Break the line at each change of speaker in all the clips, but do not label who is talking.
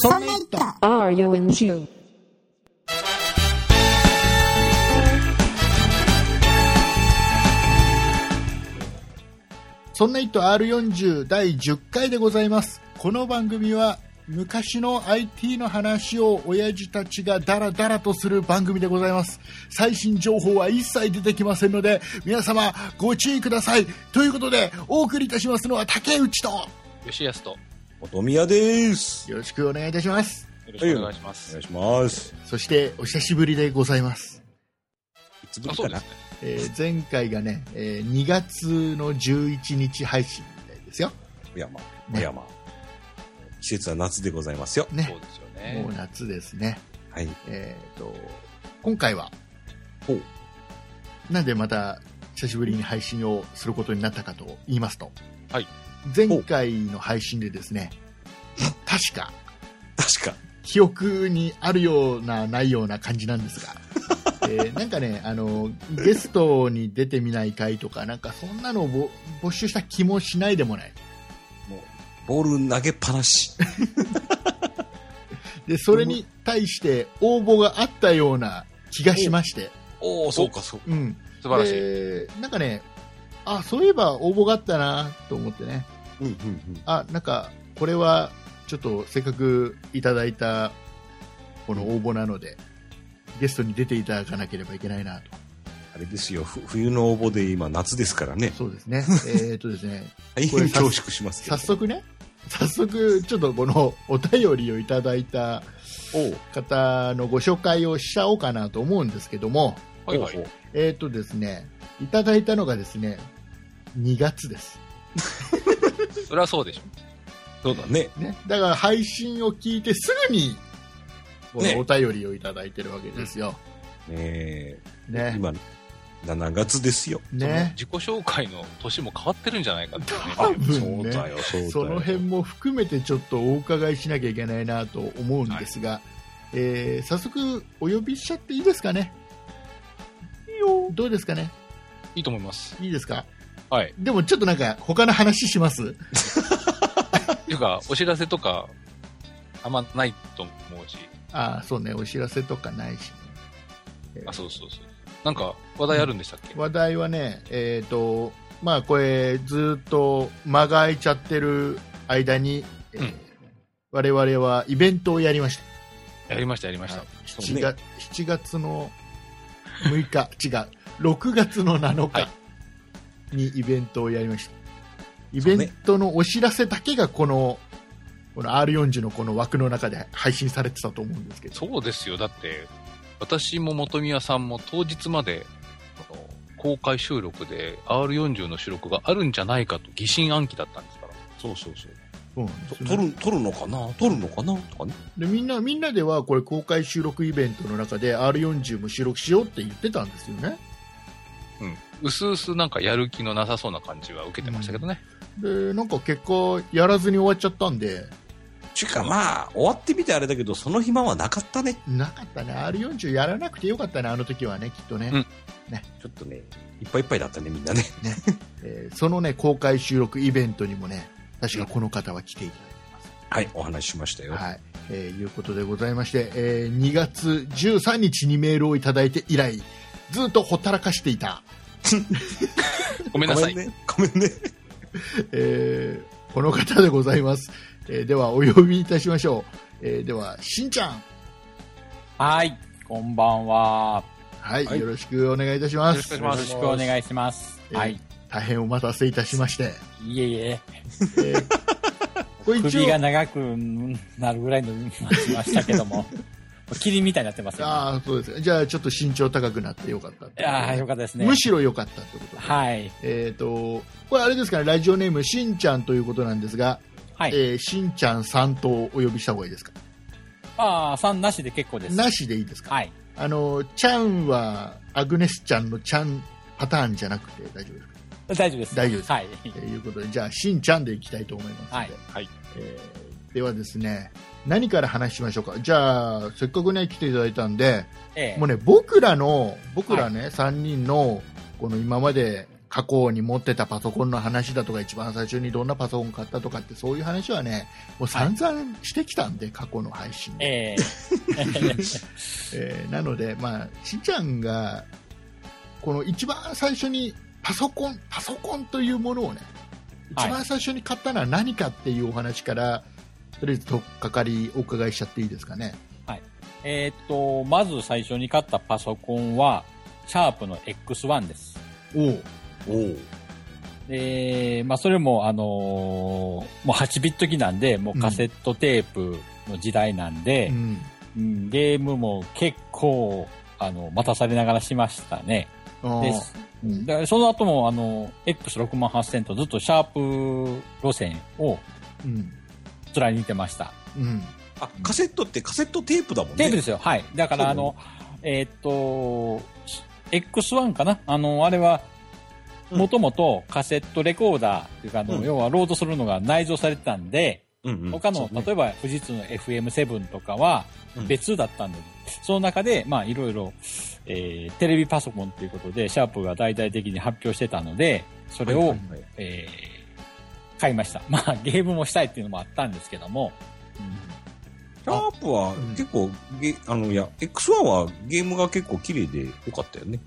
そんな人
Are you in June?
そんな人 R40 第10回でございます。この番組は昔の IT の話を親父たちがダラダラとする番組でございます。最新情報は一切出てきませんので、皆様ご注意ください。ということで、お送りいたしますのは竹内と、よ
吉安と、よ
おみやです。
ろしくお願いいたします。
ろしくお願いしま
お
す。
願いします。
そして、お久しぶりでございます。
いつぶ
あ、
り
そ
か
うで
な
すね。
えー前回がね、えー2月の11日配信みたいですよ。
お山。お山。季節は夏でございますよ。
ね
そう。ですよ
もう
ね。
夏ですね。
はい。
えー、と今回は
ほう
なんでまた久しぶりに配信をすることになったかと言いますと、
はい
前回の配信でですね確か
確か。
記憶にあるようなないような感じなん ですが、えーなんかねあのゲストに出てみない回とかなんかそんなのをぼ募集した気もしないでもない
ボール投げっぱなし。
でそれに対して応募があったような気がしまして、
おお、そうか、そうか。
うん、
素晴らしい。
でなんかね、あ、そういえば応募があったなと思ってね。
うんうんうん。
あ、なんか、これは、ちょっとせっかくいただいた、この応募なので、ゲストに出ていただかなければいけないなと。
あれですよ、ふ冬の応募で今夏ですからね。
そうです ね。えっとですね、
大
これ
変恐縮しますけど。
早速ね、早速、ちょっとこのお便りをいただいた
おう
方のご紹介をしちゃおうかなと思うんですけども、
はいはい
おう。
えっ、とですね、いただいたのがですね、2月です。
それはそうでしょ。
そうだね。
ね、だから配信を聞いてすぐにこ
ね
のお便りをいただいてるわけですよ。
ねえ。
ね
今、7月ですよ。
ね
自己紹介の年も変わってるんじゃないかってね。
多
そ
分
うだ
ね
よ、そうだよ。
その辺も含めてちょっとお伺いしなきゃいけないなと思うんですが、えー早速お呼びしちゃっていいですかねどうですかね
いいと思います。
いいですか
はい。
でもちょっとなんか他の話します
っていうか、お知らせとか、あんまないと思うし。
ああ、そうね、お知らせとかないし、
あ、そうそうそう。なんか、話題あるんでしたっけ
話題はね、えっ、と、まあ、これ、ずっと間が空いちゃってる間に、えー
うん
我々はイベントをやりました。
やりました、やりました。
そう
7
ね
月 ,7 月の6日、違う、6月の7
は
日にイベントをやりました。イベントのお知らせだけがこの、この R40 のこの枠の中で配信されてたと思うんですけど。
そうですよ。だって、私も本宮さんも当日まで、この公開収録で R40 の収録があるんじゃないかと疑心暗鬼だったんですから。
そうそうそう。
そうなん
と
ですよね
撮る、撮るのかな撮るのかなとかね。
でみんなみんなではこれ公開収録イベントの中で R40 も収録しようって言ってたんですよね
うん。うすうすなんかやる気のなさそうな感じは受けてましたけどね。
でなんか結果やらずに終わっちゃったんで
ちゅうかまあ、終わってみてあれだけど、その暇はなかったね。
なかったね R40 やらなくてよかったねあの時はねきっとね、
うん
ちょっとね、いっぱいいっぱいだったね、みんなね。
えーそのね公開収録イベントにもね確かこの方は来ていただいて
はい、お話ししましたよ。
はい、えーいうことでございまして、えー2月13日にメールをいただいて以来ずっとほったらかしていた、
ごめんなさい。
ね。ごめんね。
えーこの方でございます、えーではお呼びいたしましょう、えーではしんちゃん
はい、こんばんは。
はい、
はい
よろしくお願いいたします。
よ
よろ
ろ
しくお願いします。
えー
はい、
大変お待たせいたしまして。
いえいえ、
えーこれ一
首
応
が、長くなるぐらいの待ちましたけ ども、もう霧みたいになってますよ。あ
ああ、そうですか。じゃあちょっと身長高くなってよかったってことで
あー、よかったですね
む。しろよかったってことで。
はい、
えっ、と、これあれですかね、ラジオネームしんちゃんということなんですが、
はい。
えーしんちゃんさんとお呼びした方がいいですか
ああ、さんなしで結構です。
なしでいいですか、
はい。
あの、ちゃんはアグネスちゃんのちゃんパターンじゃなくて大丈夫ですか
大丈夫です。
大丈夫です
はい。
ということで、じゃあ、しんちゃんでいきたいと思いますので。
はい
はい
えーではですね、何から話しましょうかじゃあせっかくね来ていただいたんで
ええ
もうね僕らの僕らね、3人のこの今まで過去に持ってたパソコンの話だとか一番最初にどんなパソコン買ったとかってそういう話はねもう散々してきたんで、過去の配信で、
ええ
えーなので、まあ、しんちゃんがこの一番最初にパソコンパソコンというものをね
は
一
い
番最初に買ったのは何かっていうお話から、とりあえずとっかかりお伺いしちゃっていいですかね。
えーっと、まず最初に買ったパソコンは、シャープの X1 です。
おう
おう
で、まあ、それも、あのーもう8ビット機なんで、もうカセットテープの時代なんで
う、ん
うんゲームも結構、あの、待たされながらしましたね。
あ
で
ー
うんでその後も、あの、X68000 とずっとシャープ路線を
うん
貫いてました。
うん
あ、カセットってカセットテープだもんね。
テープですよ。はい。だから、あの、えーっと、X1 かなあの、あれは、
うん
もともとカセットレコーダーっていうか、あの、
うん
要はロードするのが内蔵されてたんで、
うんうん
他
そ
の、
うね
例えば富士通の FM7 とかは
うん
別だったんで、その中で、まあ、いろいろ、えーテレビパソコンということで、シャープが大々的に発表してたので、それを、
はいはいはい
えー買いました。 まあ、ゲームもしたいっていうのもあったんですけども、
シャープは
うん
結構、ゲあの、いや、X1 はゲームが結構綺麗で良かったよね。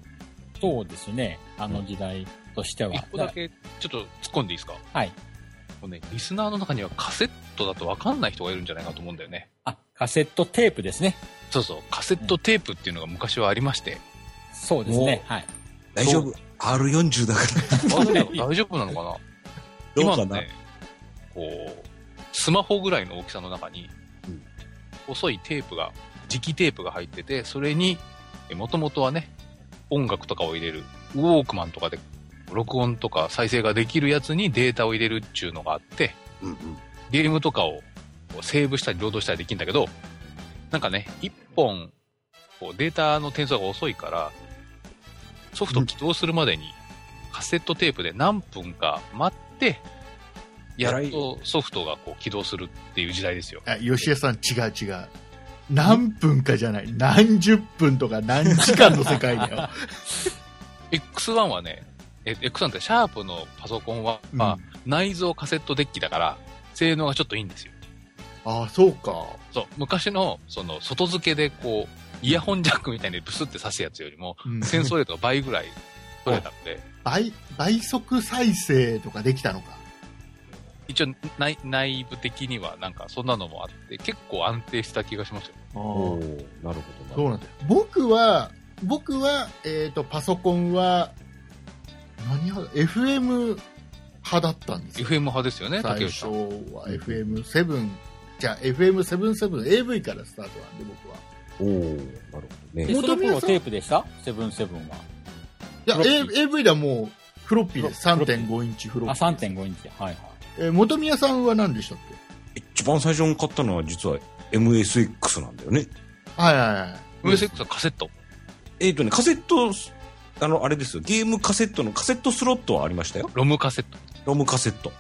そうですね、あの時代としては。
一個だけちょっと突っ込んでいいですか
はい。
もうね、リスナーの中にはカセットだと分かんない人がいるんじゃないかと思うんだよね。
あ、カセットテープですね。
そうそう、カセットテープっていうのが昔はありまして、
そうですね。はい。
大丈夫。R40 だから。
あでも大丈夫なのかな
どう
今
か
の
な
ね、こう、スマホぐらいの大きさの中に
うん、
細いテープが、磁気テープが入ってて、それに、もともとはね、音楽とかを入れる、ウォークマンとかで、録音とか再生ができるやつにデータを入れるっちゅうのがあって、
うんうん。
ゲームとかをこうセーブしたりロードしたりできるんだけど、なんかね、一本、こうデータの転送が遅いから、ソフト起動するまでにカセットテープで何分か待って、やっとソフトがこう起動するっていう時代ですよ。
あ吉江さん、違う違う。何分かじゃない。何十分とか何時間の世界だよ。
X1 はね、え X1 ってシャープのパソコンは、まあ内蔵カセットデッキだから、性能がちょっといいんですよ。
ああ、そうか。
そう、昔の、その、外付けでこう、イヤホンジャックみたいにブスって刺すやつよりも、
うん
戦争レートが倍ぐらい取れたので、
倍、倍速再生とかできたのか。
一応内内部的にはなんかそんなのもあって、結構安定した気がしますよ。
おーなるほど。
そうなんだよ。僕は、僕は、えっ、と、パソコンは、何派 ?FM 派だったんですよ。
FM 派ですよね、
最
竹内さ
初
ん。
は FM7。じゃあ FM77、AV からスタートなんで僕は。
おーなるほどね。
で、その
元宮
頃
さん
テープでしたセブンセブンは。
いや
フロッ、
A、AV ではもうフロッピーです。
フロッピー
3.5インチフロッ
あ、
ピー。
3.5インチ。はいはい。
えー元宮さんは何でしたっ
一番最初に買ったのは実は MSX なんだよね。
けはいはいはい。
MSX はカセット。
えっ、とね、カセット、あの、あれですよ。ゲームカセットのカセットスロットはありましたよ。
ロムカセット。
ロムカセット。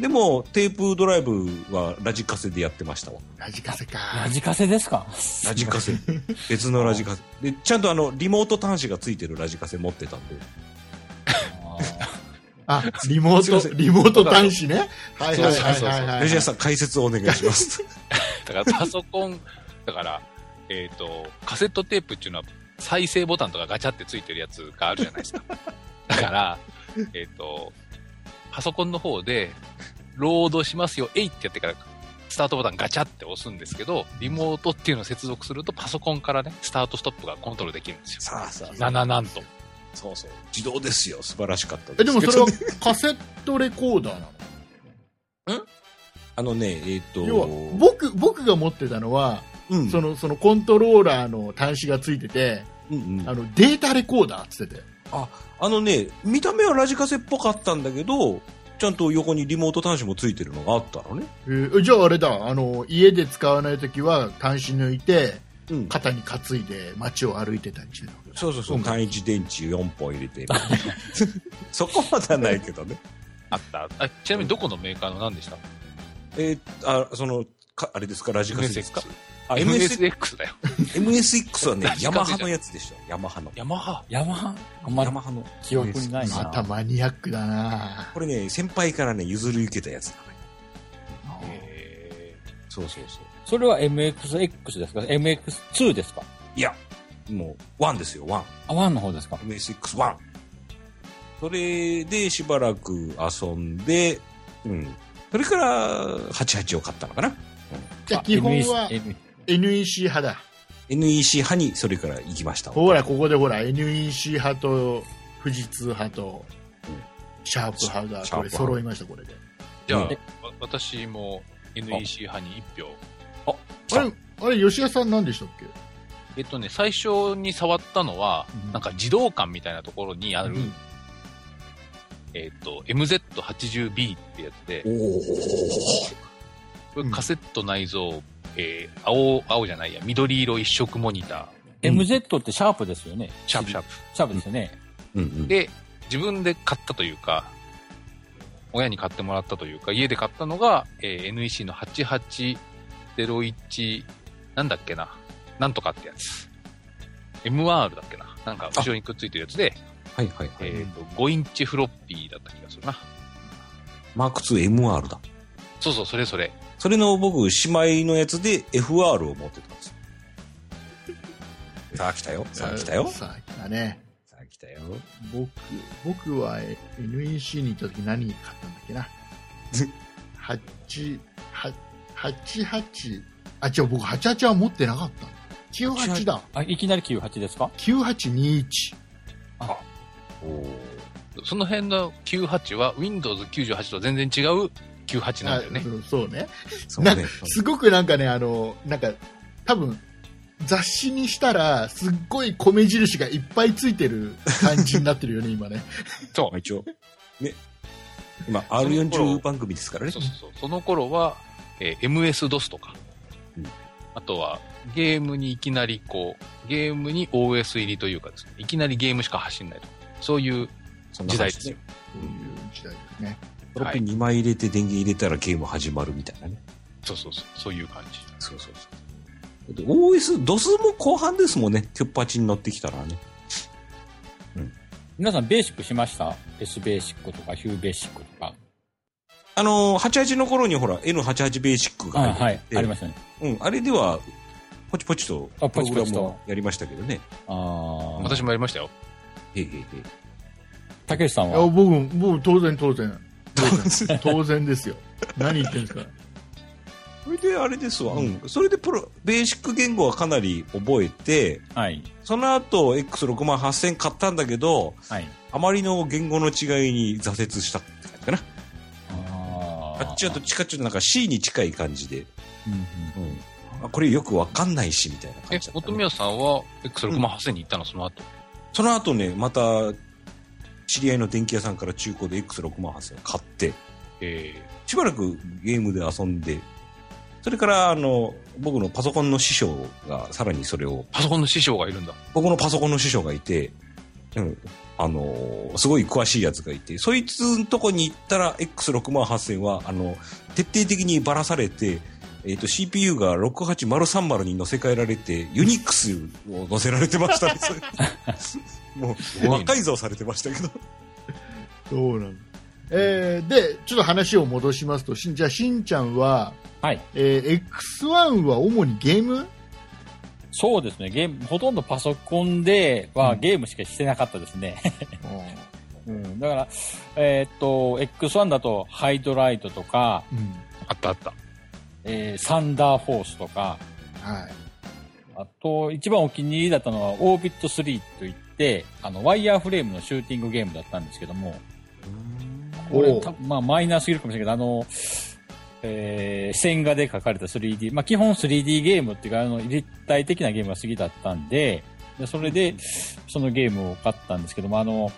でも、テープドライブはラジカセでやってましたわ。
ラジカセか。
ラジカセですか
ラジカセ。別のラジカセ。で、ちゃんとあの、リモート端子がついてるラジカセ持ってたんで。
あー
あ、リモ
すいま
ー
せ
ト、
ん
リモート端子ね。はいはい
そう
はい
そうそう
はいはい。
吉田さん、解説をお願いします。
だからパソコン、だから、えっ、と、カセットテープっていうのは再生ボタンとかガチャってついてるやつがあるじゃないです か。だから、えっ、と、パソコンの方で、ロードしますよ、えいってやってから、スタートボタンガチャって押すんですけど、リモートっていうのを接続すると、パソコンからね、スタートストップがコントロールできるんですよ。
さあさ
なななんと。
そうそう。自動ですよ。素晴らしかったです。
え、でもそれはカセットレコーダーなの
あのね、えっ、と、
要は、僕、僕が持ってたのは、
うん、
その、そのコントローラーの端子がついてて、
うんうん
あの、データレコーダーっつってて。
あのね、見た目はラジカセっぽかったんだけど、ちゃんと横にリモート端子もついてるのがあったのね。
えーじゃああれだ、あの、家で使わないときは端子抜いて、
うん。
肩に担いで街を歩いてたりしてたわけだ
そうそうそう。
音楽
単一電池4本入れて。 そこまではないけどね。
あった。あちなみにどこのメーカーの何でした
えーあ、その、かあれですかラジカセですか
MSX
あ MSX,
MSX だよ。
MSX はね
ラ、ジカセじゃ
ヤ
ん
マハのやつでした。ヤマハの。
ヤマハ。
ヤマハあんま
ヤ
り
マハの。
記憶にないな。
またマニアックだな
これね、先輩からね、譲り受けたやつだね。
え
そうそうそう。
それは MXX ですか ?MX2 ですか
いや、もう、ワンですよ、ワン。
あ、1の方ですか
MSX1。それでしばらく遊んで、うん。それから、88を買ったのかな。
じゃあ基本は
NEC
NEC 派だ
NEC 派にそれから行きました。
ほらここでほら NEC 派と富士通派とシャープ派が
シャー
こ
プ
れ
派
揃いましたこれで
ーじゃあ、
うん
わ私も NEC 派に1票。
あれあれ吉田さん何でしたっけ
えっとね、最初に触ったのは、
うん
なんか児童館みたいなところにある、
うん
えっと、MZ80B ってやつで、
お
こ
う
れ
ん
カセット内蔵、えー青、青じゃないや、緑色一色モニター、
MZ ってシャープですよね。
シャープシャープ。
シャープですよね。
うんうん。
で、自分で買ったというか、親に買ってもらったというか、家で買ったのが、えー NEC の8801、なんだっけな、なんとかってやつ。MR だっけな。なんか後ろにくっついてるやつで、
はいはいはい。
えっ、と、5インチフロッピーだった気がするな。
マーク 2MR だ。
そうそう、それそれ。
それの僕、姉妹のやつで FR を持ってたんですよ。 さあ来たよ。 さあ来たよ。
さあ来たね
さあ来たよ。
僕僕はえ NEC に行った時何買ったんだっけな
ず
8 88あ違う僕88は持ってなかった98だ
あ、いきなり98ですか
9821
おー
その辺の98は Windows 98と全然違う98なんだよね。
あそうそうね
そうね
な。すごくなんかねあのなんか多分雑誌にしたらすっごい米印がいっぱいついてる感じになってるよね今ね
そ
まあ一応、ね。今、R40 番組ですから
う。
ね
そうそう。そう。その頃は、えー MS-DOS とか、
うん
あとはゲームにいきなりこう、ゲームに OS 入りというかですね、いきなりゲームしか走んないとか、そういう
そんな
時
感
代
じ
ですよ。。
そういう時代ですね
ドロップ2枚入れて電源入れたらゲーム始まるみたいなね。
そうそうそう、そういう感じ。
そうそうそう。で OS、DOS も後半ですもんね。キュッパチに乗ってきたらね。
皆さんベーシックしました ?S ベーシックとか U ベーシックとか。
あのー、88の頃にほら、N88 ベーシックが入
あ
って
はい。
て
ありましたね。
うん、あれでは、ポチポチと、
あポチ
プロ
ポチと
グラムをやりましたけどね。
あー
私もやりましたよ。
へいへいへい
たけしさん
いや
は
僕も僕も当然当然当然当然ですよ何言ってんですか
それであれですわ、うん。それでプロ、ベーシック言語はかなり覚えて、
はい。
その後 X68000 買ったんだけど、
はい。
あまりの言語の違いに挫折したって感じかな。
あ
あっちだとチカチュなんか C に近い感じで、
うんうん
うん。あこれよくわかんないし、みたいな
え
感じ、だった、
本
ね。
宮さんは X68000 に行ったの、その後。
その後ね、また、知り合いの電気屋さんから中古で X68000 を買って、
え
しばらくゲームで遊んで、それから、あの、僕のパソコンの師匠が、さらにそれを、
ー、パソコンの師匠がいるんだ。
僕のパソコンの師匠がいて、うん、あのーすごい詳しいやつがいて、そいつんとこに行ったら X68000 は、あの、徹底的にばらされて、えっ、と、CPU が68030に乗せ替えられて、ユニックスを乗せられてました ね、それもう、魔改造されてましたけど。
そうなんだえー、でちょっと話を戻しますとしんじゃあしんちゃんは、
はい。
えー、X1 は主にゲーム
そうですね。ゲーム、ほとんどパソコンではゲームしかしてなかったですね。うん。だから、えーっと、X1 だとハイドライトとか、
うん
あったあった。
えーサンダーフォースとか、
はい
あと、一番お気に入りだったのは、オービット3といって、あの、ワイヤーフレームのシューティングゲームだったんですけども、こ
お
れ
う、
たまあ、マイナーすぎるかもしれないけど、あの、えー線画で描かれた 3D、まあ、基本 3D ゲームっていうか、あの、立体的なゲームが好きだったんで、でそれで、そのゲームを買ったんですけども、あの、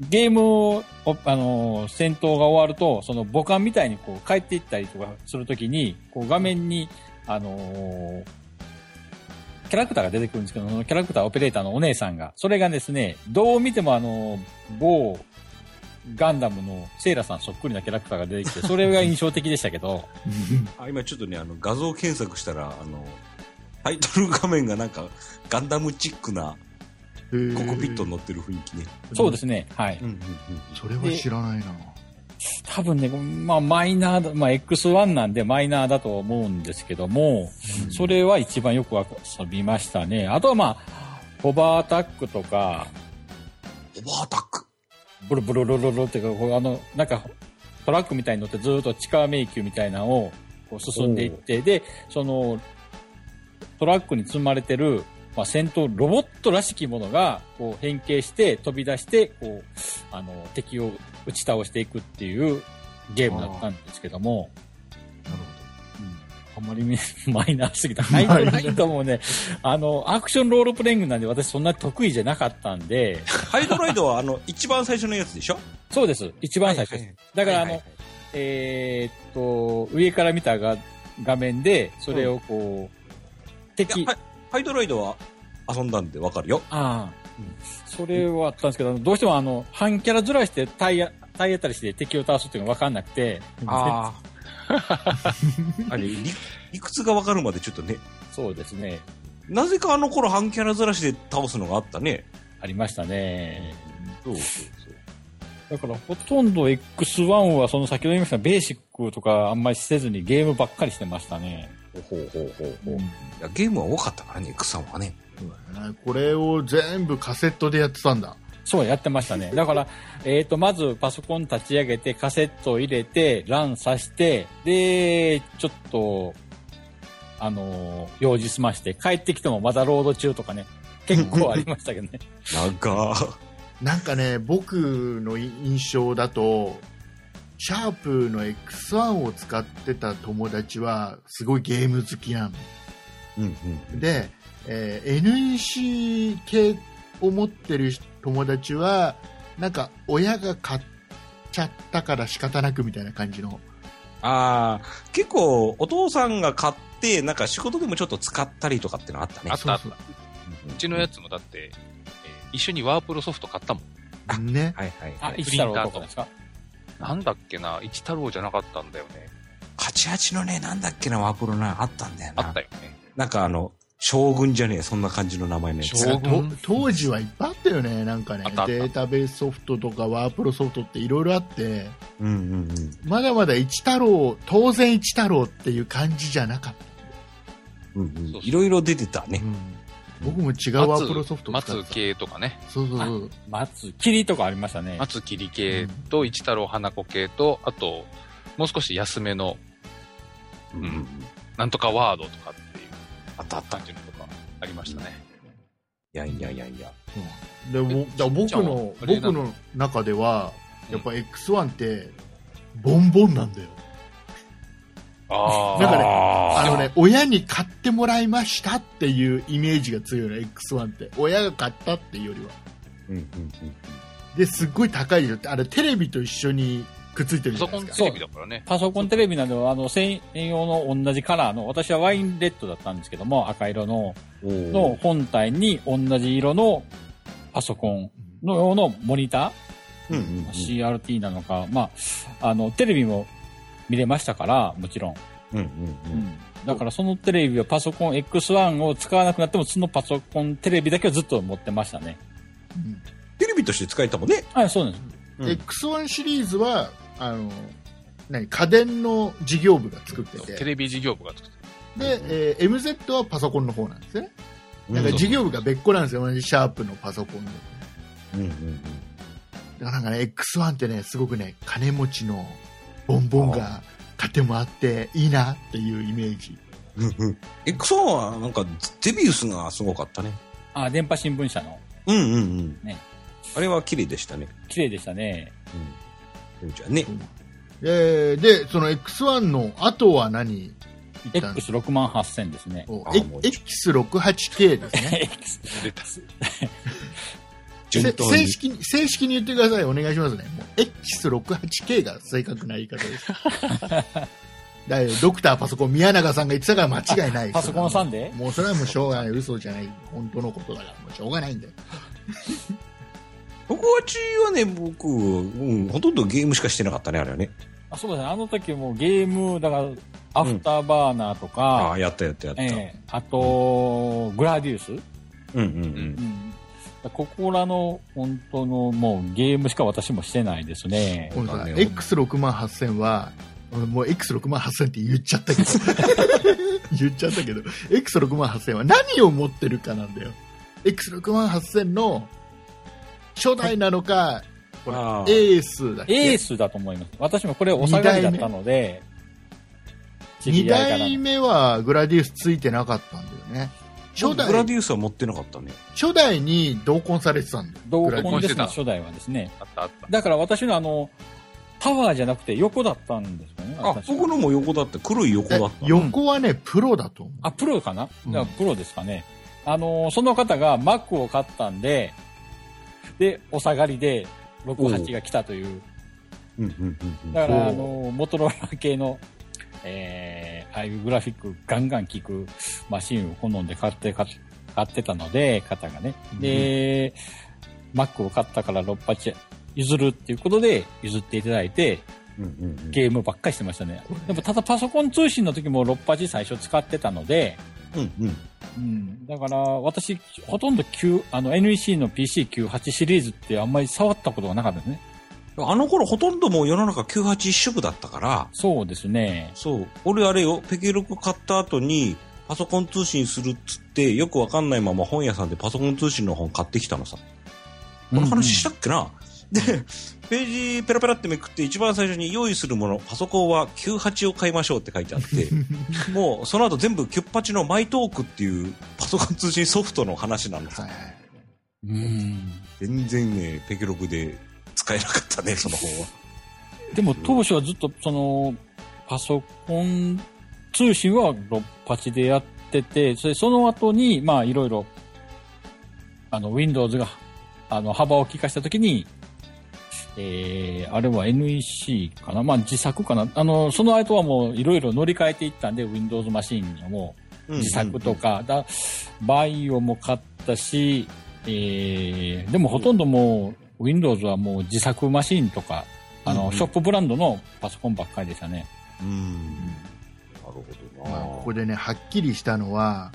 ゲームを、おあの、戦闘が終わると、その母艦みたいにこう帰っていったりとかするときに、こう画面に、あのーキャラクターが出てくるんですけど、そのキャラクターオペレーターのお姉さんが、それがですね、どう見てもあの、某ガンダムのセイラさんそっくりなキャラクターが出てきて、それが印象的でしたけ ど、
あ今ちょっとねあの画像検索したらあのタイトル画面がなんかガンダムチックな
コ
ココピットに乗ってる雰囲気ね、
そうですね、はい。
うんうん
それは知らないな
多分ね、まあマイナーだ、まあ X1 なんでマイナーだと思うんですけども、それは一番よく遊びましたね。あとはまあ、ホバーアタックとか、
オーバーアタック
ブルブルルルルっていうか、こうあの、なんか、トラックみたいに乗ってずーっと地下迷宮みたいなのをこう進んでいって、で、その、トラックに積まれてる、まあ、戦闘ロボットらしきものが、こう変形して飛び出して、こう、あの、敵を打ち倒していくっていうゲームだったんですけども、あんまりねマイナーす ぎた。ハイドラインともね、あの、アクションロールプレイングなんで私そんな得意じゃなかったんで、
ハイドライドはあの一番最初のやつでしょ
そうです。一番最初です。
はいはい
だから、あ
はい
の、
はいはい
えーっと、上から見たが画面で、それをこう、敵
いや、ハイハイドライドは遊んだんでわかるよ
ああ、それはあったんですけど、あのどうしてもあの、半キャラずらして体当体当たりして敵を倒すっていうのが分かんなくて、
あ ああれ理理屈がわかるまでちょっとね
そうですね、
なぜかあの頃半キャラずらしで倒すのがあったね
ありましたね。
そうそうそう
だから、ほとんど X1 はその先ほど言いましたベーシックとかあんまりせずにゲームばっかりしてましたね。
ほうほうほうほう、いやゲームは多かったからね X さんはね
そうだねこれを全部カセットでやってたんだ
そう、やってましたね。だから、えっ、と、まずパソコン立ち上げて、カセットを入れて、LAN さして、で、ちょっと、あのー用事済まして、帰ってきてもまだロード中とかね、結構ありましたけどね。
長ー
なんかね僕の印象だとシャープの X1 を使ってた友達はすごいゲーム好きなの
うんうん
で、えー NEC 系を持ってる友達はなんか親が買っちゃったから仕方なくみたいな感じの
ああ、結構お父さんが買って、なんか仕事でもちょっと使ったりとかってのあったね。
あったあった
そう
うちのやつもだって、えー一緒にワープロソフト買ったもん。
そうね
はいはい、は
あ、
い。
一太郎とかですか
なんだっけな、一太郎じゃなかったんだよね。
88のね、なんだっけな、ワープロな、あったんだよな。
あったよね。
なんかあの、将軍じゃねえ、そんな感じの名前のやつ。
と
将軍
当時はいっぱいあったよねなんかね
あったあった
データベースソフトとかワープロソフトっていろいろあって
うんうんうん
まだまだ一太郎当然一太郎っていう感じじゃなかっ
うんうん
そうそう
いろいろ出てた
た、
ね。
僕も違うワープロソフト使ってた
松系とかね。
そうそうそう
松、霧とかありましたね。
松切り系と一太郎花子系と、あと、もう少し安めの、
うんんうん、
なんとかワードとかっていう
あったあった。い
感じのとかありましたね。
やいやいやいや。
でもだから僕の
あれな
僕
の
の中では
うん
やっぱ X1 ってボンボンなんだよ
あ
だから
あ
あ
ー
のね親に買ってもらいましたっていうイメージが強いの X1 って親が買ったっていうよりは
うんうんうん
ですっごい高いでしょあれテレビと一緒にくっついてる
パ
じゃ
ソ
ない
コ
です
ン
か
テレビだからね。
パソコンテレビなどは、あの、専用の同じカラーの、私はワインレッドだったんですけども、赤色の、
おー
の本体に同じ色のパソコンの用のモニター
うんうんうん
CRT なのか、まあ、あの、テレビも見れましたから、もちろん。
うんうんうん
だからそのテレビはパソコン X1 を使わなくなっても、そのパソコンテレビだけはずっと持ってましたね。
テレビとして使えたもんね。
あ、そうなんです。
う
うんん
X1 シリーズはあの何家電の事業部が作って
テ
て
レビ事業部が作って
で、えー MZ はパソコンの方なんですね
うん
なんか事業部が別個なんですよ同じシャープのパソコンで
うんうんう
だ
ん
からなんかね、X1 ってね、すごくね、金持ちのボンボンが買ってもらっていいなっていうイメージ。
うんうん。X1 はなんかデビウスがすごかったね。
あ、電波新聞社の。
うんうんうん。
ね
あれは綺麗でしたね。
綺麗でしたね。
うん。じゃあね。
えーで、その X1 の後は何言ったの
X6 万8000です ね。
お
あ
え
もう
X68K ですね
出た。
せ
順当に
正。式に。正式に言ってください。お願いしますね。もう X68K が正確な言い方です。 だよ、ドクターパソコン宮永さんが言ってたから間違いない。
パソコンさんで
もうそれはもうしょうがない。嘘じゃない。本当のことだから、もうしょうがないんだよ。
僕はちはね、僕、うん、ほとんどゲームしかしてなかったね、あれはね。
あそうですね。あの時もゲーム、だから、アフターバーナーと
あ
か、
あ、やったやったやった。
ええあと、グラディウス、
うんうんうん。
ここらの本当のもうゲームしか私もしてないですね。
このさ、
ね
X6 万8000は、俺もう X6 万8000って言っちゃ ったけど、言っちゃったけど、X6 万8000は何を持ってるかなんだよ。X6 万8000の初代なのか、ほら
あ、ー
エースだっ
エー
け
スだと思います。私もこれお下がりだったので、知
二
り合いから
代目はグラディウスついてなかったんだよね。初
グラ
代、
ディウスは持ってなかったね。
初代に同梱されてたんだよ。
同
グラディ
梱
ウ
で
ス
すね、初代はですね。
あったあった。
だから私のあの、タワーじゃなくて横だったんですよね。
あ
私、
僕のも横だった。黒い横だった。
ス横はね、プロだと思う。
あ、プロかな、
うん
だからプロですかね。あのーその方が Mac を買ったんで、で、お下がりで68が来たという。
うんうんうんうん。
だから、あ
お
の、モトローラ系の、えー、ああいうグラフィックガンガン効くマシンを好んで買って、買っ買ってたので、方がね。で、Mac を買ったから68譲るっていうことで譲っていただいて、
うんうんうん
ゲームばっかりしてましたね。でも、ただパソコン通信の時も68最初使ってたので、
うんうん。
うん、だから私、ほとんど9あの NEC の PC98 シリーズってあんまり触ったことがなかったですね。
あの頃ほとんどもう世の中98一色だったから、
そうですね。
そう。俺あれよ、ペケロク買った後に、パソコン通信するっつって、よくわかんないまま本屋さんでパソコン通信の本買ってきたのさ。この話したっけな、で、ページペラペラってめくって一番最初に用意するもの、パソコンは98を買いましょうって書いてあって、もうその後全部キュッパチのマイトークっていうパソコン通信ソフトの話なのさ。
はいはい
うん
全然ね、ペケロクで使えなかったね、その本は。
でも当初はずっとそのパソコン通信は68でやってて、それその後にまあいろいろあの Windows があの幅を利かした時に、えー、あれは NEC かなまあ自作かなあの、その後はもういろいろ乗り換えていったんで Windows マシンをもう自作とか、だバイオも買ったし、えー、でもほとんどもう Windows はもう自作マシンとかあの、
うんうん
ショップブランドのパソコンばっかりでしたね。
うん。うん。なるほ
ま
どな
あ、ここでねはっきりしたのは、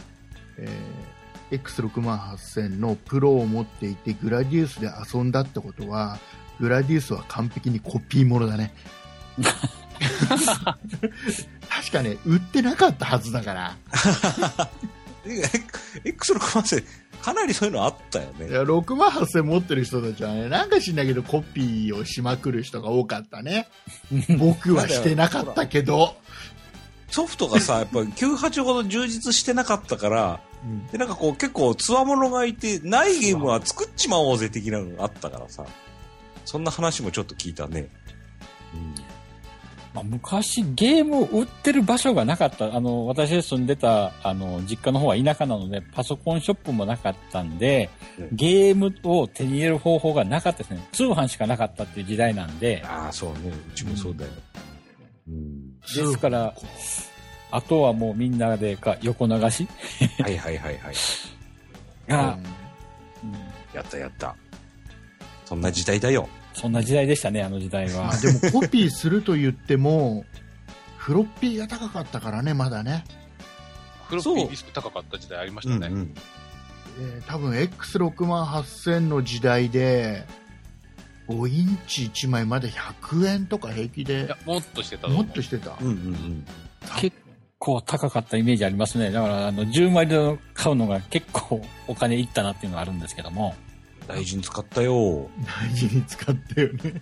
えー X6 万8000のプロを持っていてグラディウスで遊んだってことはグラディウスは完璧にコピーものだね確かね売ってなかったはずだから
え X のコマセかなりそういうのあったよ
い
ね。
や6万8000持ってる人たちはねなんか知んないけどコピーをしまくる人が多かったね僕はしてなかったけど、
ソフトがさ、やっぱ98ほど充実してなかったから、
うん
で、なんかこう結構強者がいて、ないゲームは作っちまおうぜ的なのがあったからさ。そんな話もちょっと聞いたね。
まあ、昔ゲームを売ってる場所がなかった。あの、私が住んでた、あの、実家の方は田舎なので、パソコンショップもなかったんで
うん、
ゲームを手に入れる方法がなかったですね。通販しかなかったっていう時代なんで、
ああ、そうね。うちもそうだよ。うん。
ですから、あとはもうみんなでか横流し
はいはいはいはい。
が、
うん
うん
やったやった。そんな時代だよ。
そんな時代でしたね、あの時代は
まあ。でもコピーすると言っても、フロッピーが高かったからね、まだね。
フロッピーディスク高かった時代ありましたね。
ん。
えー多分 X6 万8000の時代で、5インチ1枚まで100円とか平気
い
で
や、、もっとしてたと思
も
う
っとしてた。
うんうん
結構高かったイメージありますね。だから、あの、10枚で買うのが結構お金いったなっていうのがあるんですけども。
うん。大事に使ったよ。
大事に使ったよね。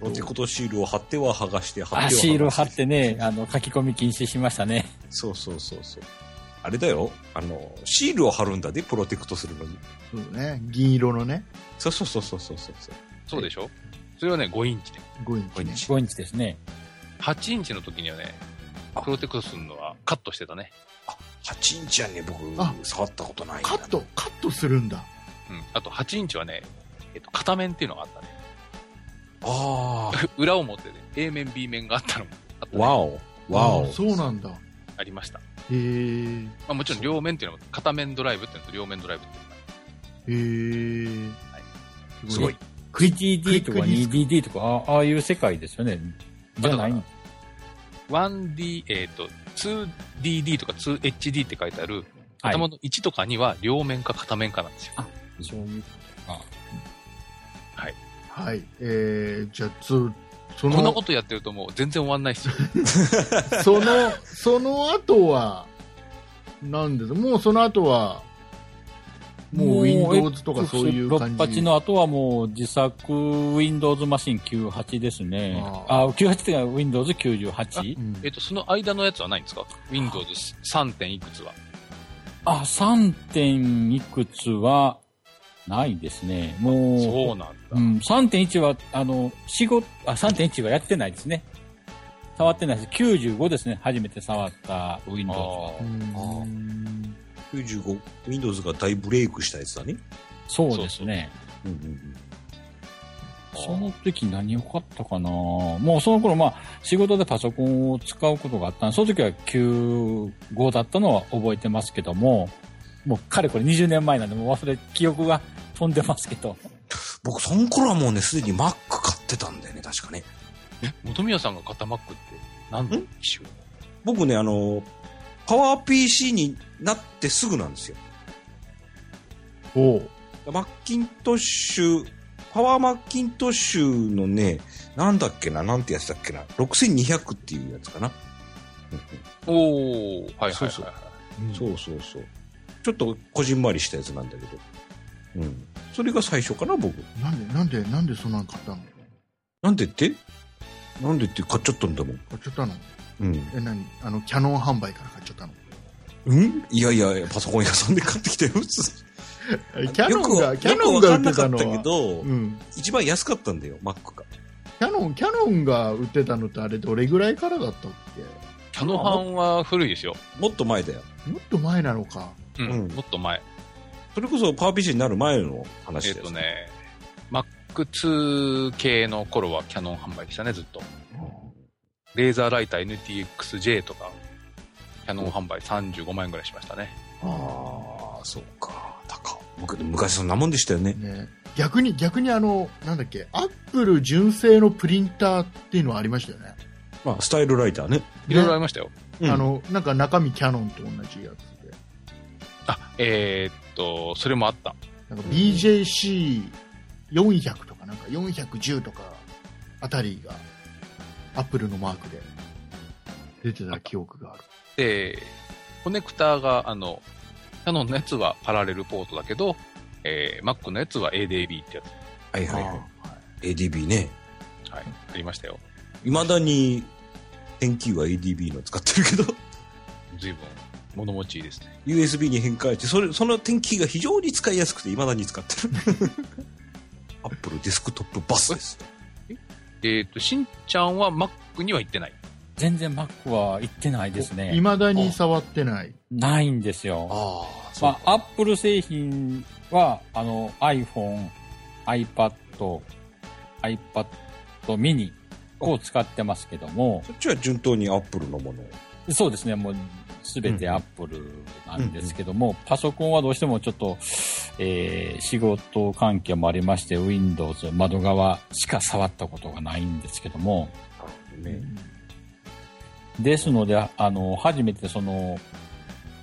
ロテコとシールを貼っては剥がして、貼っては剥
あ、
がして。
シール貼ってね、あの、書き込み禁止しましたね。
そうそうそうそう。あれだよ。あの、シールを貼るんだね、プロテクトするのに。
そうね。銀色のね、
そうそうそうそうそうそう。
そうでしょそれはね、5インチで。
5インチね。
5インチですね。
8インチの時にはね、プロテクトするのはカットしてたね。
あ、8インチやね、僕
あ、
触ったことないんだ
カ
ね
ット、カットするんだ。
うん。あと8インチはね、えっと、片面っていうのがあったね。
あ
裏を持ってね、A 面、B 面があったのもあった、
あ。
ね、
わお。わ
あ
お
ー。そうなんだ。
ありました。ま
へえ。
あもちろん両面っていうのも、片面ドライブっていうのと両面ドライブっていうのが
へえ。
すごい。
クリ
1DD とか
クリック
2DD とか、あああいう世界ですよね。じゃないの
1D、えっ、と、2DD とか 2HD って書いてある、
はい
頭の1とか2は両面か片面かなんですよ。
そういう
はい。えー、じゃあ、つそ
こんな
の
こ、とやってるともう全然終わんないですよ。
その、その後は、なんですもうその後は、もう Windows とかそういう感じ。
68の後はもう自作 Windows マシン98ですね。
あ
あ98っていうのは Windows 98?
うん
えっ、と、その間のやつはないんですか ?Windows 3. 点いくつは。
あ、3点いくつはないですね。もう。
そうなんだ。
うん、3.1は、あの、仕事、あ、3.1はやってないですね。触ってないです。95ですね。初めて触った Windows は。
あー
うん
95、Windows が大ブレイクしたやつだね。
そうですね。
うんうんうん。
その時何を買ったかなもうその頃、まあ、仕事でパソコンを使うことがあったんでその時は95だったのは覚えてますけども、もうかれこれ20年前なんで、もう忘れ、記憶が飛んでますけど。
僕、その頃はもうね、すでに Mac 買ってたんだよね、確かね。
元宮さんが肩マックって何の機種
僕ね、あの、パワー PC になってすぐなんですよ。
おう
マッキントッシュ、パワーマッキントッシュのね、なんだっけな、なんてやつだっけな、6200っていうやつかな。
おー、はいはいはい、はい。
そうそう
うん
そうそうそう。ちょっとこじんまりしたやつなんだけど。うん。それが最初かな、僕。
なんで、なんで、なんでそんなん買ったの
なんでってなんでって買っちゃったんだもん。
買っちゃったの
うん。
え、何あの、キャノン販売から買っちゃったの
うんいやいや、パソコン屋さんで買ってきたよ。普通
えキャノンが、
よく
キャノンが売って
よくわか
たの
んなかったけ
は。
ど、
うん、
一番安かったんだよ、Mac が。
キャノン、キャノンが売ってたのってあれどれぐらいからだったっけ
キャノハンは古いですよ。
もっと前だよ。
もっと前なのか。
うん。
うん
もっと前。
それこそパワー PC になる前の
え
話
っ、
だよ。
とね、Mac2 系の頃はキャノン販売でしたね、ずっと。レーザーライター NTXJ とか、キャノン販売35万円ぐらいしましたね。
ああ、そうか。高っ。僕、昔そんなもんでしたよね。
ね、逆に、逆にあの、なんだっけ、アップル純正のプリンターっていうのはありましたよね。
まあ、スタイルライターね。
いろいろあ
ね
りましたよ。
うん
あの、なんか中身キャノンと同じやつで。
あ、えーっと、それもあった。
なんか BJC400 とか、なんか410とかあたりが、アップルのマークで出てた記憶がある。
で、コネクターが、あの、キャノンのやつはパラレルポートだけど、えー、Mac のやつは ADB ってや
はいはい
あ
は
ーはい
い。ADB ね。
つ、はい、ありましたよ。
未だに、変キーは ADB の使ってるけど、
随分、物持ちいいですね。
USB に変換して、それ、その点キーが非常に使いやすくて、未だに使って る。アップルデスクトップバスです。
えーっと、しんちゃんは Mac には行ってない。
全然 Mac は行ってないですね。
未だに触ってない。
ないんですよ。
ああ、
まあ、アップル製品は、あの、iPhone、iPad、iPad mini を使ってますけども、
そっちは順当にアップルのものを。
そうですね、もう、すべてアップルなんですけども、パソコンはどうしてもちょっと、えー仕事関係もありまして、Windows、窓側しか触ったことがないんですけども、
ね。
ですので、あの、初めてその、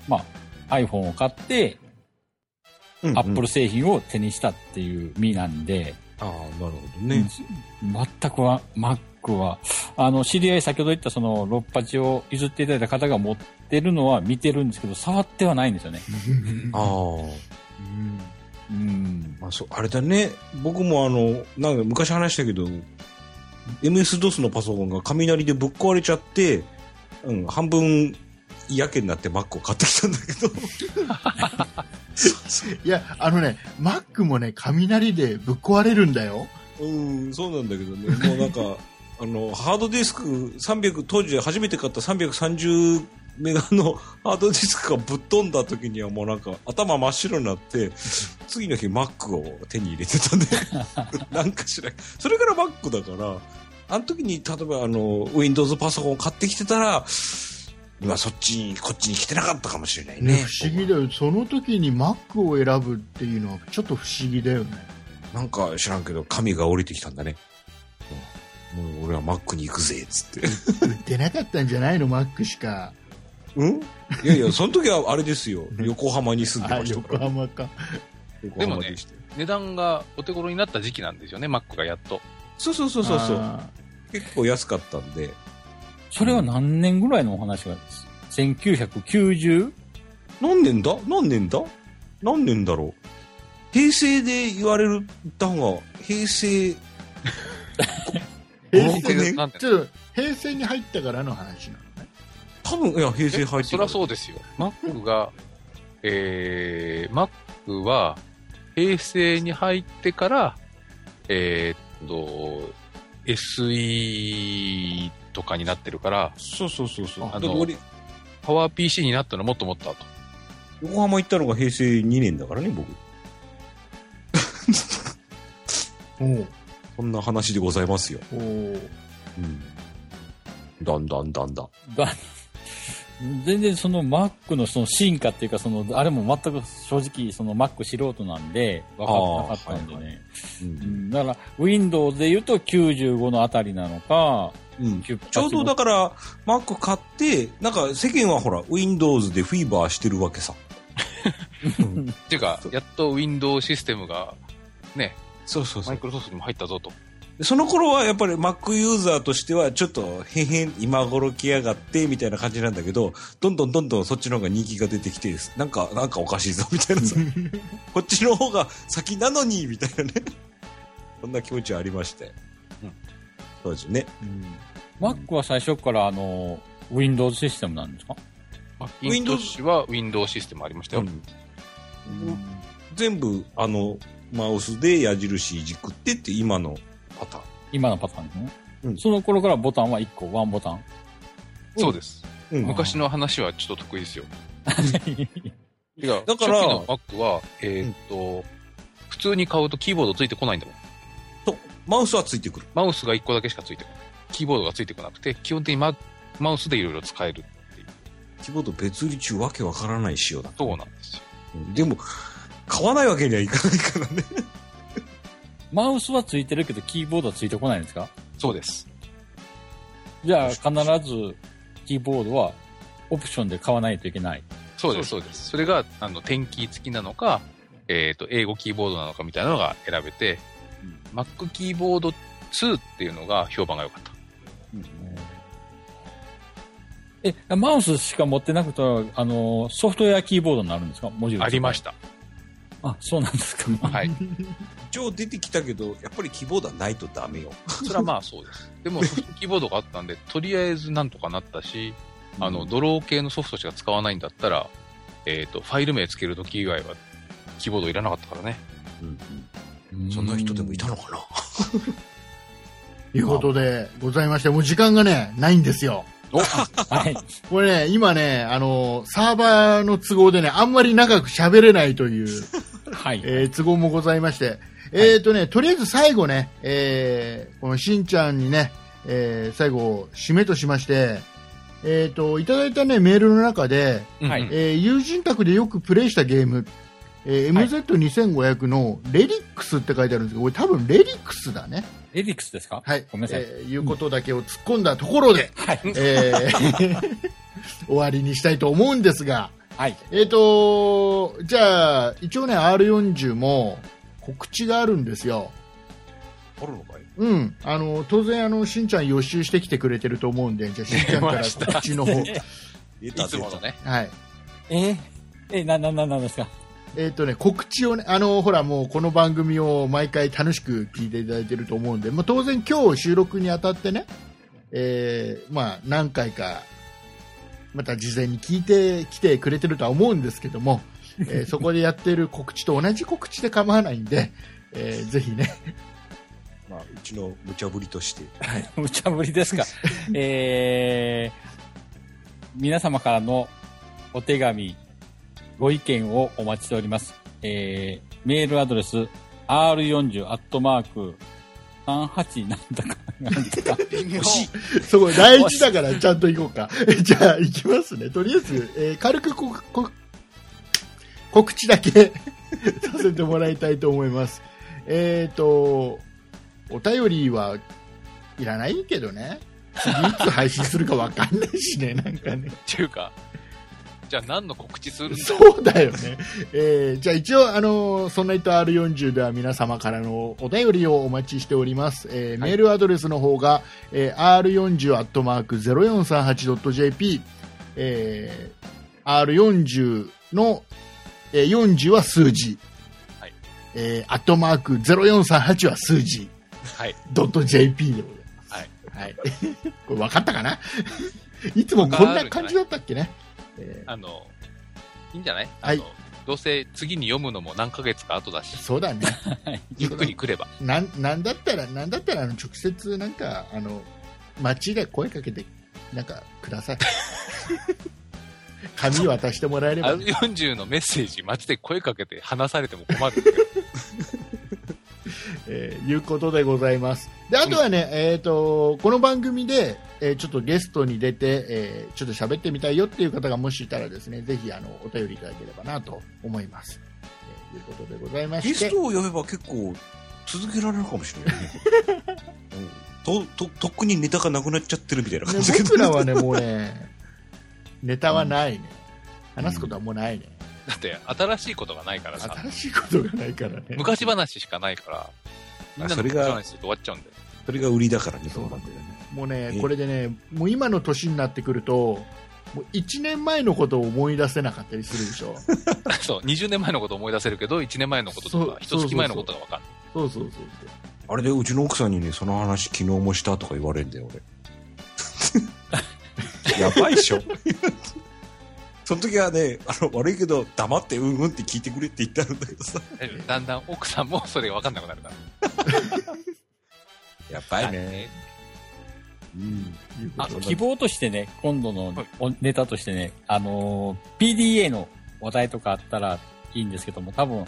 まあ、iPhone を買って、
うんうん
アップル。製品を手にしたっていう身なんで、
ああ、なるほどね。
全くは、Mac は、あの、知り合い、先ほど言ったその、六八を譲っていただいた方が持ってるのは見てるんですけど、触ってはないんですよね。
ああ。
うん
うん。
まあ、そう、あれだね。僕もあの、なんか昔話したけど、MS-DOS のパソコンが雷でぶっ壊れちゃって、うん、半分、やけになって Mac を買ってきたんだけど。
いや、あのね、Mac もね、雷でぶっ壊れるんだよ。
うん、そうなんだけどね。もうな んか、あの、ハードディスク300、当時初めて買った330メガのハードディスクがぶっ飛んだ時にはもうなんか頭真っ白になって、次の日 Mac を手に入れて たね。なんかしらんそれから Mac だから、あの時に例えばあの、Windows パソコンを買ってきてたら、今そっちに、こっちに来てなかったかもしれない
ね
ね。
不思議だよその時に Mac を選ぶっていうのはちょっと不思議だよね
なんか知らんけど、神が降りてきたんだね。うんもう俺はマックに行くぜ、つって。
売ってなかったんじゃないの Mac しか
うんいやいや、その時はあれですよ。横浜に住んで
あ
ましたか
横
ら。
浜か
横
でも
浜
ね
でしたよ。
値段がお手頃になった時期なんですよね、マックがやっと。
そうそうそうそうそう。
あ
結構安かったんで。
それは何年ぐらいのお話がです ?1990?
何年だ何年だ何年だろう平成で言われる、言った方が、平成、
ー
5、6年
なんで
ちょっと平成に入ったからの話なのね
多分、いや、平成入ってから
そりゃそうですよ。マックが、えー、マックは、平成に入ってから、えーっと、SE とかになってるから、
そうそうそうそう。
あ
だって俺
パワー PC になったのもっともっと後。
横浜行ったのが平成2年だからね、僕。そんな話でございますよ。
おお
うん。だんだんだんだん。
だ全然その Mac のその進化っていうか、その、あれも全く正直その Mac 素人なんで、分かってなかったんで
あーはい
ね。
う。
うんんだから、Windows で言うと95のあたりなのか、
うん、
ち
ちょうどだから、Mac 買って、なんか世間はほら、Windows でフィーバーしてるわけさ。うん
っていうか
そ、う
やっと Windows システムが、ね、
そうそうそ
マイ
う。
クロソフトにも入ったぞと。
その頃はやっぱり Mac ユーザーとしては、ちょっと、へへん、今頃来やがって、みたいな感じなんだけど、どんどんどんどんそっちの方が人気が出てきて、なんか、なんかおかしいぞ、みたい なさ。こっちの方が先なのに、みたいなね。そんな気持ちはありまして。
うん
当時ね。
Mac は最初からあの、Windows システムなんですか
マッキントッシュは Windows システムありましたよ。
全部、あの、マウスで矢印いじくってって、今のパターン。
今のパターンですね。
うん
その頃からボタンは1個、ワンボタン。
そうです。
うん
昔の話はちょっと得意ですよ。てか、
だ
だ
か
からら、初期の Mac は、えーっと、普通に買うとキーボードついてこないんだもん。
と、マウスはついてくる。
マウスが1個だけしかついてこない。キーボードがついてこなくて、基本的にママウスでいろいろ使える。
キーボード別売り中わけわからない仕様だ。
そうなんですよ。
うんでも、買わないわけにはいかないからね。
マウスはついてるけど、キーボードはついてこないんですか
そうです。
じゃあ、必ず、キーボードは、オプションで買わないといけない。
そうです、そうです。それが、あの、点キー付きなのか、えーっと、英語キーボードなのかみたいなのが選べて、Mac キーボード2っていうのが評判が良かった。
え、マウスしか持ってなくて、あの、ソフトウェアキーボードになるんですか文字。
ありましたた。
あ、そうなんですか。
はい。
一応出てきたけど、やっぱりキーボードはないとダメよ。
それはまあそうです。でも、ソフトキーボードがあ ったんで、とりあえずなんとかなったし、あの、ドロー系のソフトしか使わないんだったら、えっ、と、ファイル名つけるとき以外は、キーボードいらなかったからね。
そんな人でもいたのかな
いうことでございましてもう時間がねないんですよ
はい。
これね、今ね、あの、サーバーの都合でね、あんまり長く喋れないという、
はい。
えー都合もございまして、えっ、とね、とりあえず最後ね、えーこのしんちゃんにね、えー最後、締めとしまして、えっ、と、いただいたね、メールの中で、
うん
はい
えー友人宅でよくプレイしたゲーム、えー
はい
MZ2500 のレリックスって書いてあるんですけど、これ多分レリックスだね。
エリックスですか
はい。
ごめんなさい。
えーいうことだけを突っ込んだところで、
はい。
えー 終わりにしたいと思うんですが、
はい。
えっ、と、じゃあ、一応ね、R40 も告知があるんですよ。
あるのかい
うん。あの、当然、あの、しんちゃん予習してきてくれてると思うんで、じゃあ、しんちゃんから
出ました
告知の方。
い
いつもの。ね。
はい。
えー、え、な、な、な、なんですか
えっ、とね、告知をね、あの、ほら、もうこの番組を毎回楽しく聞いていただいてると思うんで、まあ、当然今日収録にあたってね、えーまあ、何回か、また事前に聞いてきてくれてるとは思うんですけども、えーそこでやってる告知と同じ告知で構わないんで、えーぜひね、
まあ、うちの無茶ぶりとして。
無茶ぶりで すか。えー、皆様からのお手紙、ご意見をお待ちしております。えー、メールアドレス、r40 アットマーク、38なんだか、
微妙
惜しい。
そこ、第一だからちゃんと行こうか。 じゃあ、行きますね。とりあえず、えー軽くここ告知だけ させてもらいたいと思います。えっ、と、お便りはいらないけどね。次いつ配信するかわかんないしね、なんかね。
っていうか、じゃあ何の告知す るんだ
そうだよね。えーじゃあ一応、あのーそんな人 R40 では皆様からのお便りをお待ちしております。えーメールアドレスの方が、えー r40.0438.jp、えー r40 の、えー40は数字、
はい
えーアットマーク0438は数字、
はい。
ドット .jp でございます。
はい。
はい、 これ分かったかな いつもこんな感じだったっけね。えー
あの、いいんじゃない
はい
あのどうせ次に読むのも何ヶ月か後だし、
そうだね。
ゆっくり来れば。
なんなんだったら、なんだったらあの直接なんかあの街で声かけてなんかく ださい。紙渡してもらえれば、
R40 のメッセージ、街で声かけて話されても困るんで。
えーいうことでございます。であとはね、えっ、とこの番組で、えーちょっとゲストに出て、えーちょっと喋ってみたいよっていう方がもしいたらですね、ぜひあのお便りいただければなと思います。えーいうことでございま
ゲ
して
ス、トを呼べば結構続けられるかもしれ ないね。うんと、と、とっくにネタがなくなっちゃってるみたいな
ね
感じだけど。
僕らは ねもうねネタはないね、話すことはもうないね。
だって、新しいことがないからさ、
新しいことがないから ね。
昔話しかないから、みんなの
それ
昔
が
話で終わっちゃうんで。
それが売りだからね、この番組はね。
もうね
え、え
これでね、もう今の年になってくると、もう1年前のことを思い出せなかったりするでしょ。
そう、20年前のこと思い出せるけど、1年前のこととか、
そう
1月前のことが分かんない。
そうそうそうそう。
あれで、うちの奥さんにね、その話昨日もしたとか言われんだよ、 俺。やばいっしょ。 その時はね、あの、悪いけど、黙ってうんうんって聞いてくれって言ってあるんだけどさ。
大丈夫だんだん奥さんもそれが分かんなくなるから。
やばい
だね
ね。うん。
いうこ
あ
と
希望としてね、今度の
はい
おネタとしてね、あのー PDA の話題とかあったらいいんですけども、多分、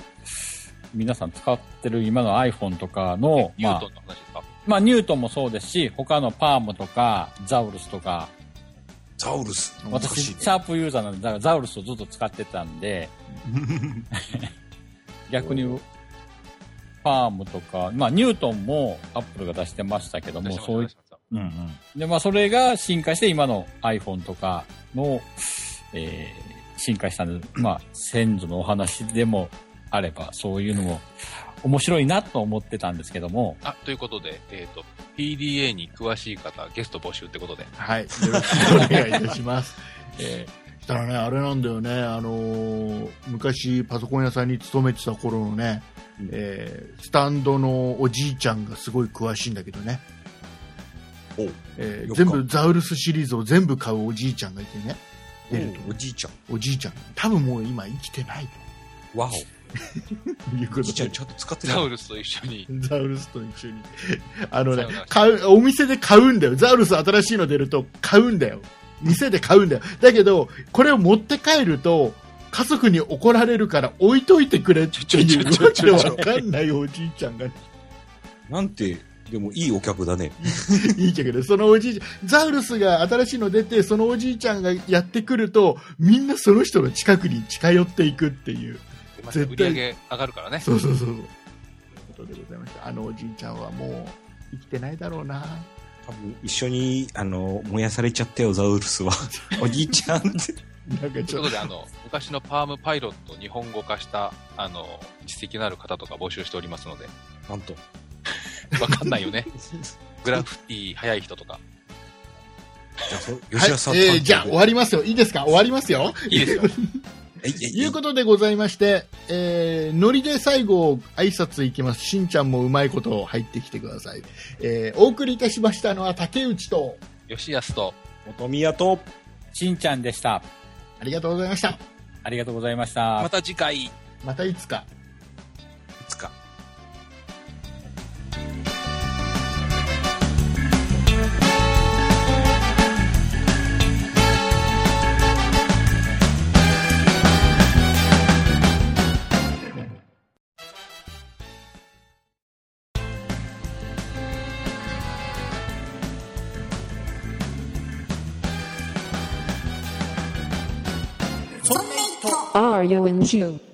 皆さん使ってる今の iPhone とかの、
ニュ
ま
ー
あ
トン、の話ですか
まあ、ニュートンもそうですし、他のパームとか、ザウルスとか、
ザウルス。
私、シ
ね
ャープユーザーなんで、だからザウルスをずっと使ってたんで、逆に、ファームとか、まあ、ニュートンもアップルが出してましたけども、そう
出
いう
し、ました
うんうん。で、まあ、それが進化して、今の iPhone とかの、えー進化したんで、まあ、先祖のお話でもあれば、そういうのも面白いなと思ってたんですけども、
あ、ということで、えっ、と、PDA に詳しい方、ゲスト募集ってことで。
はい。よろしくお願いいたします。えー、したらね、あれなんだよね、あのー昔パソコン屋さんに勤めてた頃のね、
うん
えースタンドのおじいちゃんがすごい詳しいんだけどね、
おう
えー
よっか
全部ザウルスシリーズを全部買うおじいちゃんがいてね、出る
おじいちゃん。
とおじいちゃん、多分もう今生きてない
わお。
という
お
こと
じいちゃ
で
んちゃんと使ってない
ザウルスと一緒に、
ザウルスと一緒に。あのね
サウナ、
買う、お店で買うんだよ。ザウルス新しいの出ると買うんだよ。店で買うんだよ。だけど、これを持って帰ると、家族に怒られるから置いといてくれっていう
ち
わ
ょ
け
ちょちょちょ
わかんないおじいちゃんが
なんて、でもいいお客だね。
いいけど、そのおじいちゃん、ザウルスが新しいの出て、そのおじいちゃんがやってくると、みんなその人の近くに近寄っていくっていう。
また
絶対
売り上げ上がるからね。
そうそうそうそう。ということでございました。あのおじいちゃんはもう生きてないだろうな。
多分一緒に、あの、燃やされちゃったよ、ザウルス は。おじいちゃんって。
なんか
と
ち
いう
ょっ
ことで、あの、昔のパームパイロットを日本語化した、あの、実績のある方とか募集しておりますので、
なんと。
わかんないよね。グラフィティ早い人とか。
じゃあそ
と。
吉田さん、
はいえーじゃあ終わりますよ。いいですか終わりますよ。
いいですよ。
えいえい
ということでございまして、えー、ノリで最後、挨拶いきます。しんちゃんもうまいこと入ってきてください。えー、お送りいたしましたのは竹内と、
吉安と、
元宮と、
しんちゃんでした。
ありがとうございました。
ありがとうございました。
また次回。
またいつか。
いつか。
トメイト
Are you in June?